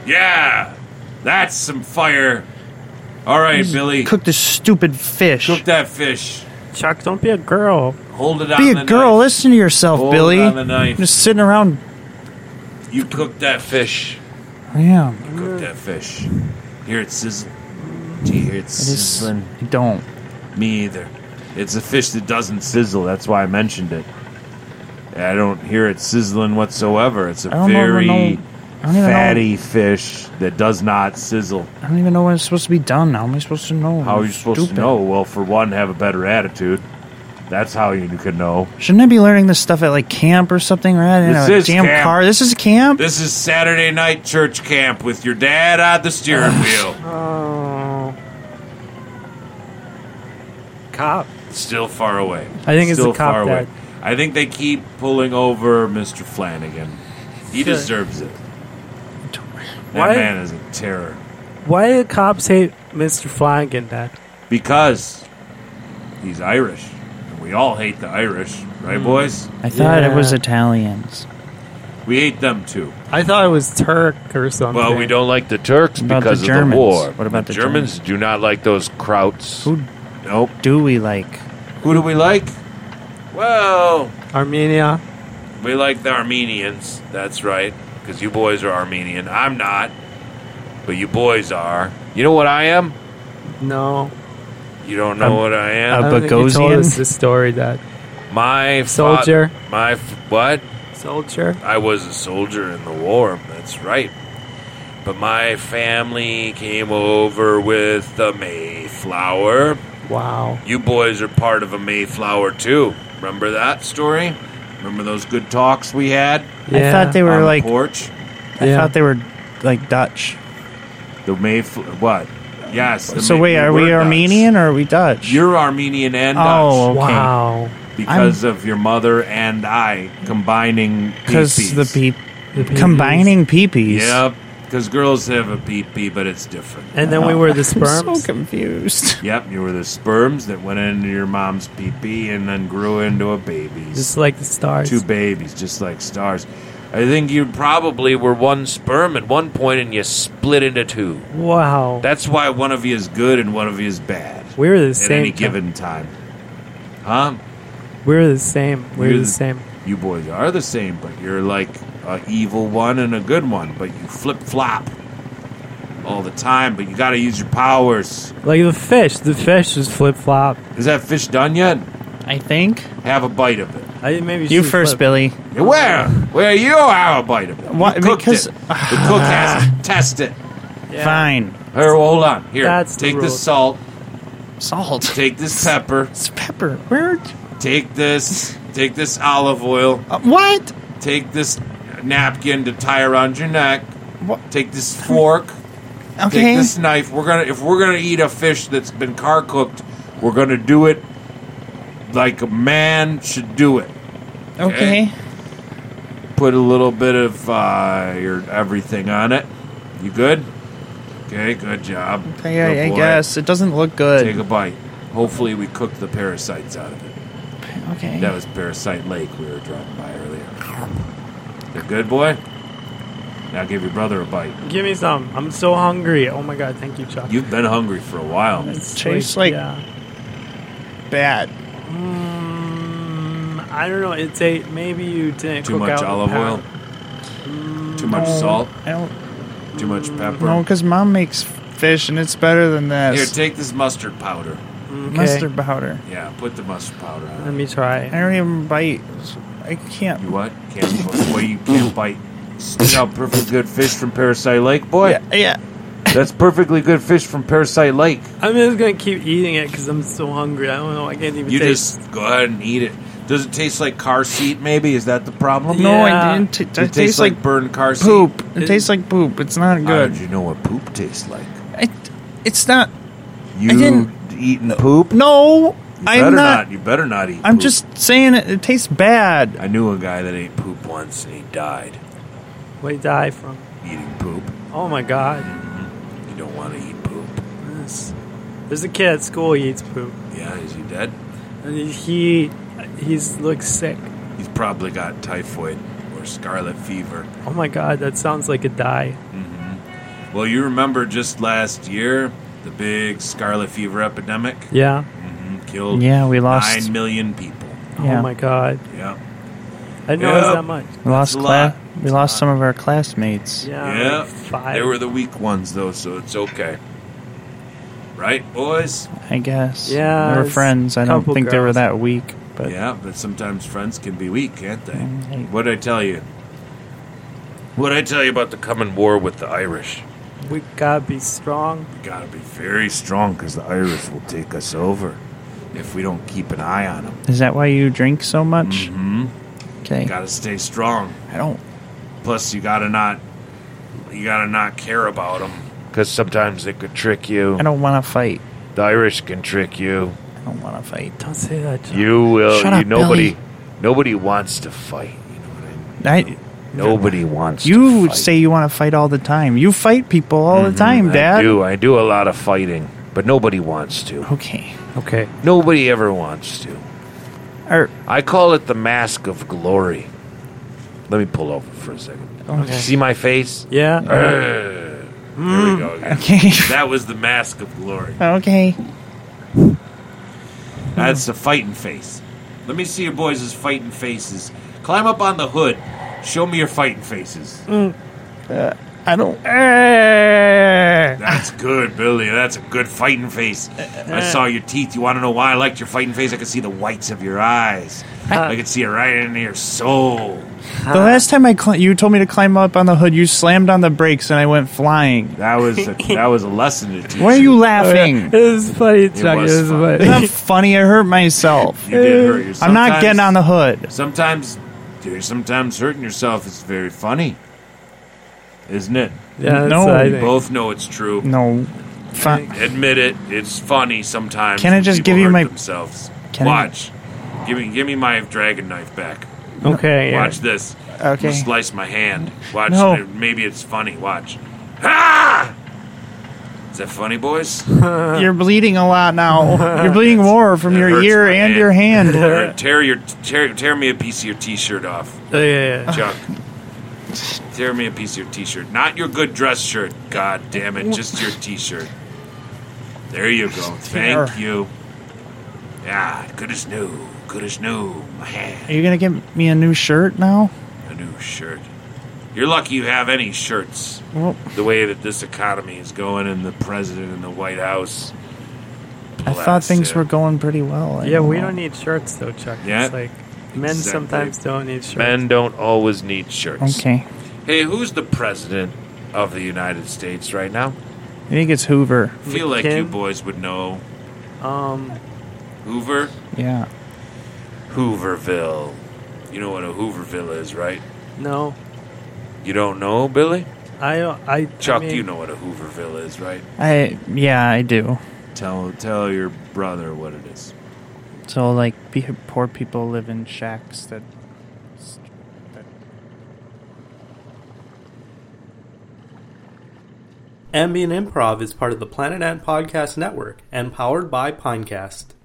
Yeah. That's some fire. All right, Billy.
Mm, Cook this stupid fish.
Cook that fish.
Chuck, don't be a girl.
Hold it on
Be
the
a girl.
knife.
Listen to yourself,
Hold
Billy.
on the knife.
Just sitting around.
You cook that fish.
Yeah.
You cook that fish. Hear it sizzle. Do you hear it
This,
sizzling?
I don't.
Me either. It's a fish that doesn't sizzle. That's why I mentioned it. I don't hear it sizzling whatsoever. It's a
I don't even
very
know- I don't even know-
fatty fish that does not sizzle.
I don't even know when it's supposed to be done. How am I supposed to know?
How are
I'm
you supposed
stupid.
to know? Well, for one, have a better attitude. That's how you could know.
Shouldn't I be learning this stuff at like camp or something? Right? In
This
a
is
damn
camp.
car. This is camp.
This is Saturday night church camp with your dad on the steering wheel.
Cop.
Still far away.
I think it's
Still
the cop
far away.
dad.
I think they keep pulling over Mr. Flanagan. He
Sure.
deserves it. That
Why-
man is a terror.
Why do the cops hate Mr. Flanagan, Dad?
Because he's Irish. And we all hate the Irish, right, boys?
I thought
Yeah.
it was Italians.
We hate them too.
I thought it was Turk or something.
Well, we don't like the Turks
What about
because
the
of
Germans?
the war.
What about the
Germans? Do not like those krauts.
Who
Nope.
do we like?
Who do we like? Well,
Armenia.
we like the Armenians. That's right. Because you boys are Armenian. I'm not. But you boys are.
You know what I am?
No.
You don't know what I am?
A
I don't think you told
Bogosian?
us this story, Dad.
my fa-
Soldier.
my f- what?
Soldier.
I was a soldier in the war. That's right. But my family came over with the Mayflower.
Wow.
You boys are part of a Mayflower too. Remember that story? Remember those good talks we had
Yeah.
I thought they
on
were
the
like.
porch?
I
Yeah.
thought they were like Dutch.
The Mayflower. What? Yes. the
So
May-
wait, are
were
we
Dutch.
Armenian or are we Dutch?
You're Armenian and
Oh,
Dutch
okay.
Wow.
because of your mother and I combining.
Because the
peepees.
peep,
The peepees.
combining peepees.
Yep, because girls have a pee pee, but it's different.
And then we were the
Oh. I'm
sperms.
so confused.
Yep, you were the sperms that went into your mom's pee pee and then grew into a baby.
Just like the stars.
Two babies, just like stars. I think you probably were one sperm at one point and you split into two.
Wow.
That's why one of you is good and one of you is bad.
we were the
at
same.
any given time. Huh?
We were the same. We were
You're
the
the-
same.
You boys are the same, but you're like a evil one and a good one, but you flip flop all the time, but you gotta use your powers.
Like the fish. The fish is flip flop.
Is that fish done yet?
I think
Have a bite of it.
I maybe
you first, Billy.
Where? Where you have a bite of it?
Why-
You cooked
because-
it. the cook has to test it.
Fine.
Here, well, hold on. Here,
That's the
take
rule.
this salt.
Salt.
Take this pepper.
It's pepper. Where?
Take this. Take this olive oil.
Uh, what?
Take this napkin to tie around your neck. Take this fork.
Okay.
Take this knife. We're gonna if we're gonna eat a fish that's been car cooked, we're gonna do it like a man should do it.
okay.
Put a little bit of uh, your everything on it. You good? Okay, good job.
Okay, I, I
Good boy.
guess it doesn't look
Take
good.
a bite. Hopefully, we cooked the parasites out of it.
Okay.
That was Parasite Lake we were driving by earlier. You're good, boy. Now give your brother a bite.
Give me some. I'm so hungry. Oh my god, thank you, Chuck.
You've been hungry for a while.
It's
tastes like-
yeah.
Bad.
Mm, I don't know. It's a maybe you didn't
Too
cook
much
out the
olive oil.
pound.
Too much salt.
I don't
Too much pepper.
know because mom makes fish and it's better than
Here,
this
take this mustard powder.
Okay.
mustard powder.
Yeah, put the mustard powder
Let
on.
me try.
I don't even bite. I can't.
You what? Can't bite. Boy, you can't bite. Spit out perfectly good fish from Parasite Lake, boy.
Yeah, yeah.
That's perfectly good fish from Parasite Lake.
I'm just gonna keep eating it because I'm so hungry. I don't know. I can't even
You
taste.
just go ahead and eat it. Does it taste like car seat? Maybe is that the problem?
No,
Yeah.
I didn't. It,
It, tastes, like, burned car seat.
poop. It
It-
tastes like poop. It's not
How
good.
did you know what poop tastes like?
I, it's not.
You
didn't-
eating poop?
No,
better
I'm not.
You better not eat.
I'm
poop.
just saying it, it tastes bad.
I knew a guy that ate poop once and he died
What did I die from?
eating poop.
Oh my god.
You don't want to eat poop.
This- There's a kid at school. He eats poop,
Yeah, is he dead?
and he he's looks sick.
He's probably got typhoid or scarlet fever.
Oh my god, that sounds like a die.
Well, you remember just last year the big scarlet fever epidemic
Yeah.
Mhm, killed
Yeah, we lost-
nine million people.
Yeah.
Oh my god.
Yeah.
I didn't know it was
Yep.
that much.
We lost
a
cla-
lot.
We lost some of our classmates.
Yeah.
Yeah,
like five.
they were the weak ones though, so it's okay. Right, boys?
I guess.
Yeah,
we were
it's
friends. I don't
couple
think they were
girls.
that weak, but Mm,
Yeah, but sometimes friends can be weak, can't they?
hey.
What'd I tell you?
What I tell you about the coming war with the Irish?
We gotta be strong.
We gotta be very strong because the Irish will take us over if we don't keep an eye on them.
is that why you drink so much?
Mm-hmm.
Okay.
Gotta stay strong.
I don't.
Plus, you gotta not, you gotta not care about them.
Because sometimes they could trick you.
I don't want to fight.
The Irish can trick you.
I don't want to fight.
Don't say that. John.
You will.
Shut
you,
up,
nobody.
Billy.
Nobody wants to fight. You know what I mean?
I,
Nobody wants. to
you
fight.
say you want to fight all the time. You fight people all
Mm-hmm,
the time,
I
Dad.
do. I do a lot of fighting, but nobody wants to.
Okay.
Okay.
Nobody ever wants to.
Or
I call it the mask of glory. Let me pull over for a second. See my face?
Yeah.
Uh, There we go. Again.
okay.
That was the mask of glory.
okay.
That's the fighting face. Let me see your boys' fighting faces. Climb up on the hood. Show me your fighting faces.
I don't. Uh,
That's good, Billy. That's a good fighting face. I saw your teeth. You want to know why I liked your fighting face? I could see the whites of your eyes. I could see it right into your soul.
the last time I cl- you told me to climb up on the hood, you slammed on the brakes and I went flying.
That was a, that was a lesson to teach.
Why are you laughing?
It was funny,
Chuck.
Chuck.
was It was funny.
It's not funny. I hurt myself.
You did hurt yourself.
I'm not getting
Sometimes-
on the hood.
Sometimes, dude, sometimes hurting yourself is very funny, isn't it?
Yeah, that's
No.
what I
We
think.
both know it's true.
No. Fi-
Admit it. It's funny sometimes.
Can I
when
just
people
give you
hurt
my-
themselves?
Can I-
Watch. Give me, give me my dragon knife back.
Okay. Yeah.
Watch this. I'm
Okay.
gonna slice my hand. Watch.
No.
uh, Maybe it's funny. Watch. Ah! Is that funny, boys?
You're bleeding a lot now. You're bleeding more from
uh. That
your
hurts
ear
my
and your hand.
Tear- tear your tear, tear me a piece of your t-shirt off,
Oh, yeah, yeah.
Chuck. tear me a piece of your t-shirt. Not your good dress shirt. God damn it! Just your t-shirt. There you go. Thank
tear.
you. Yeah, good as new. Good as new. My hand.
Are you gonna get me a new shirt now?
A new shirt. You're lucky you have any shirts.
Well,
the way that this economy is going and the president in the White House.
I thought things were going pretty well. I
Yeah, we
know.
don't need shirts though, Chuck.
Yeah,
It's like men
exactly.
sometimes don't need shirts.
Men don't always need shirts.
Okay.
Hey, who's the president of the United States right now?
I think it's Hoover.
Feel like you
McCain?
boys would know
Um,
Hoover,
Yeah.
Hooverville. You know what a Hooverville is, right?
no.
You don't know, Billy?
I I
Chuck,
I mean,
you know what a Hooverville is, right?
I yeah, I do.
Tell tell your brother what it is.
So like, pe- poor people live in shacks that.
Ambient Improv is part of the Planet Ant Podcast Network and powered by Pinecast.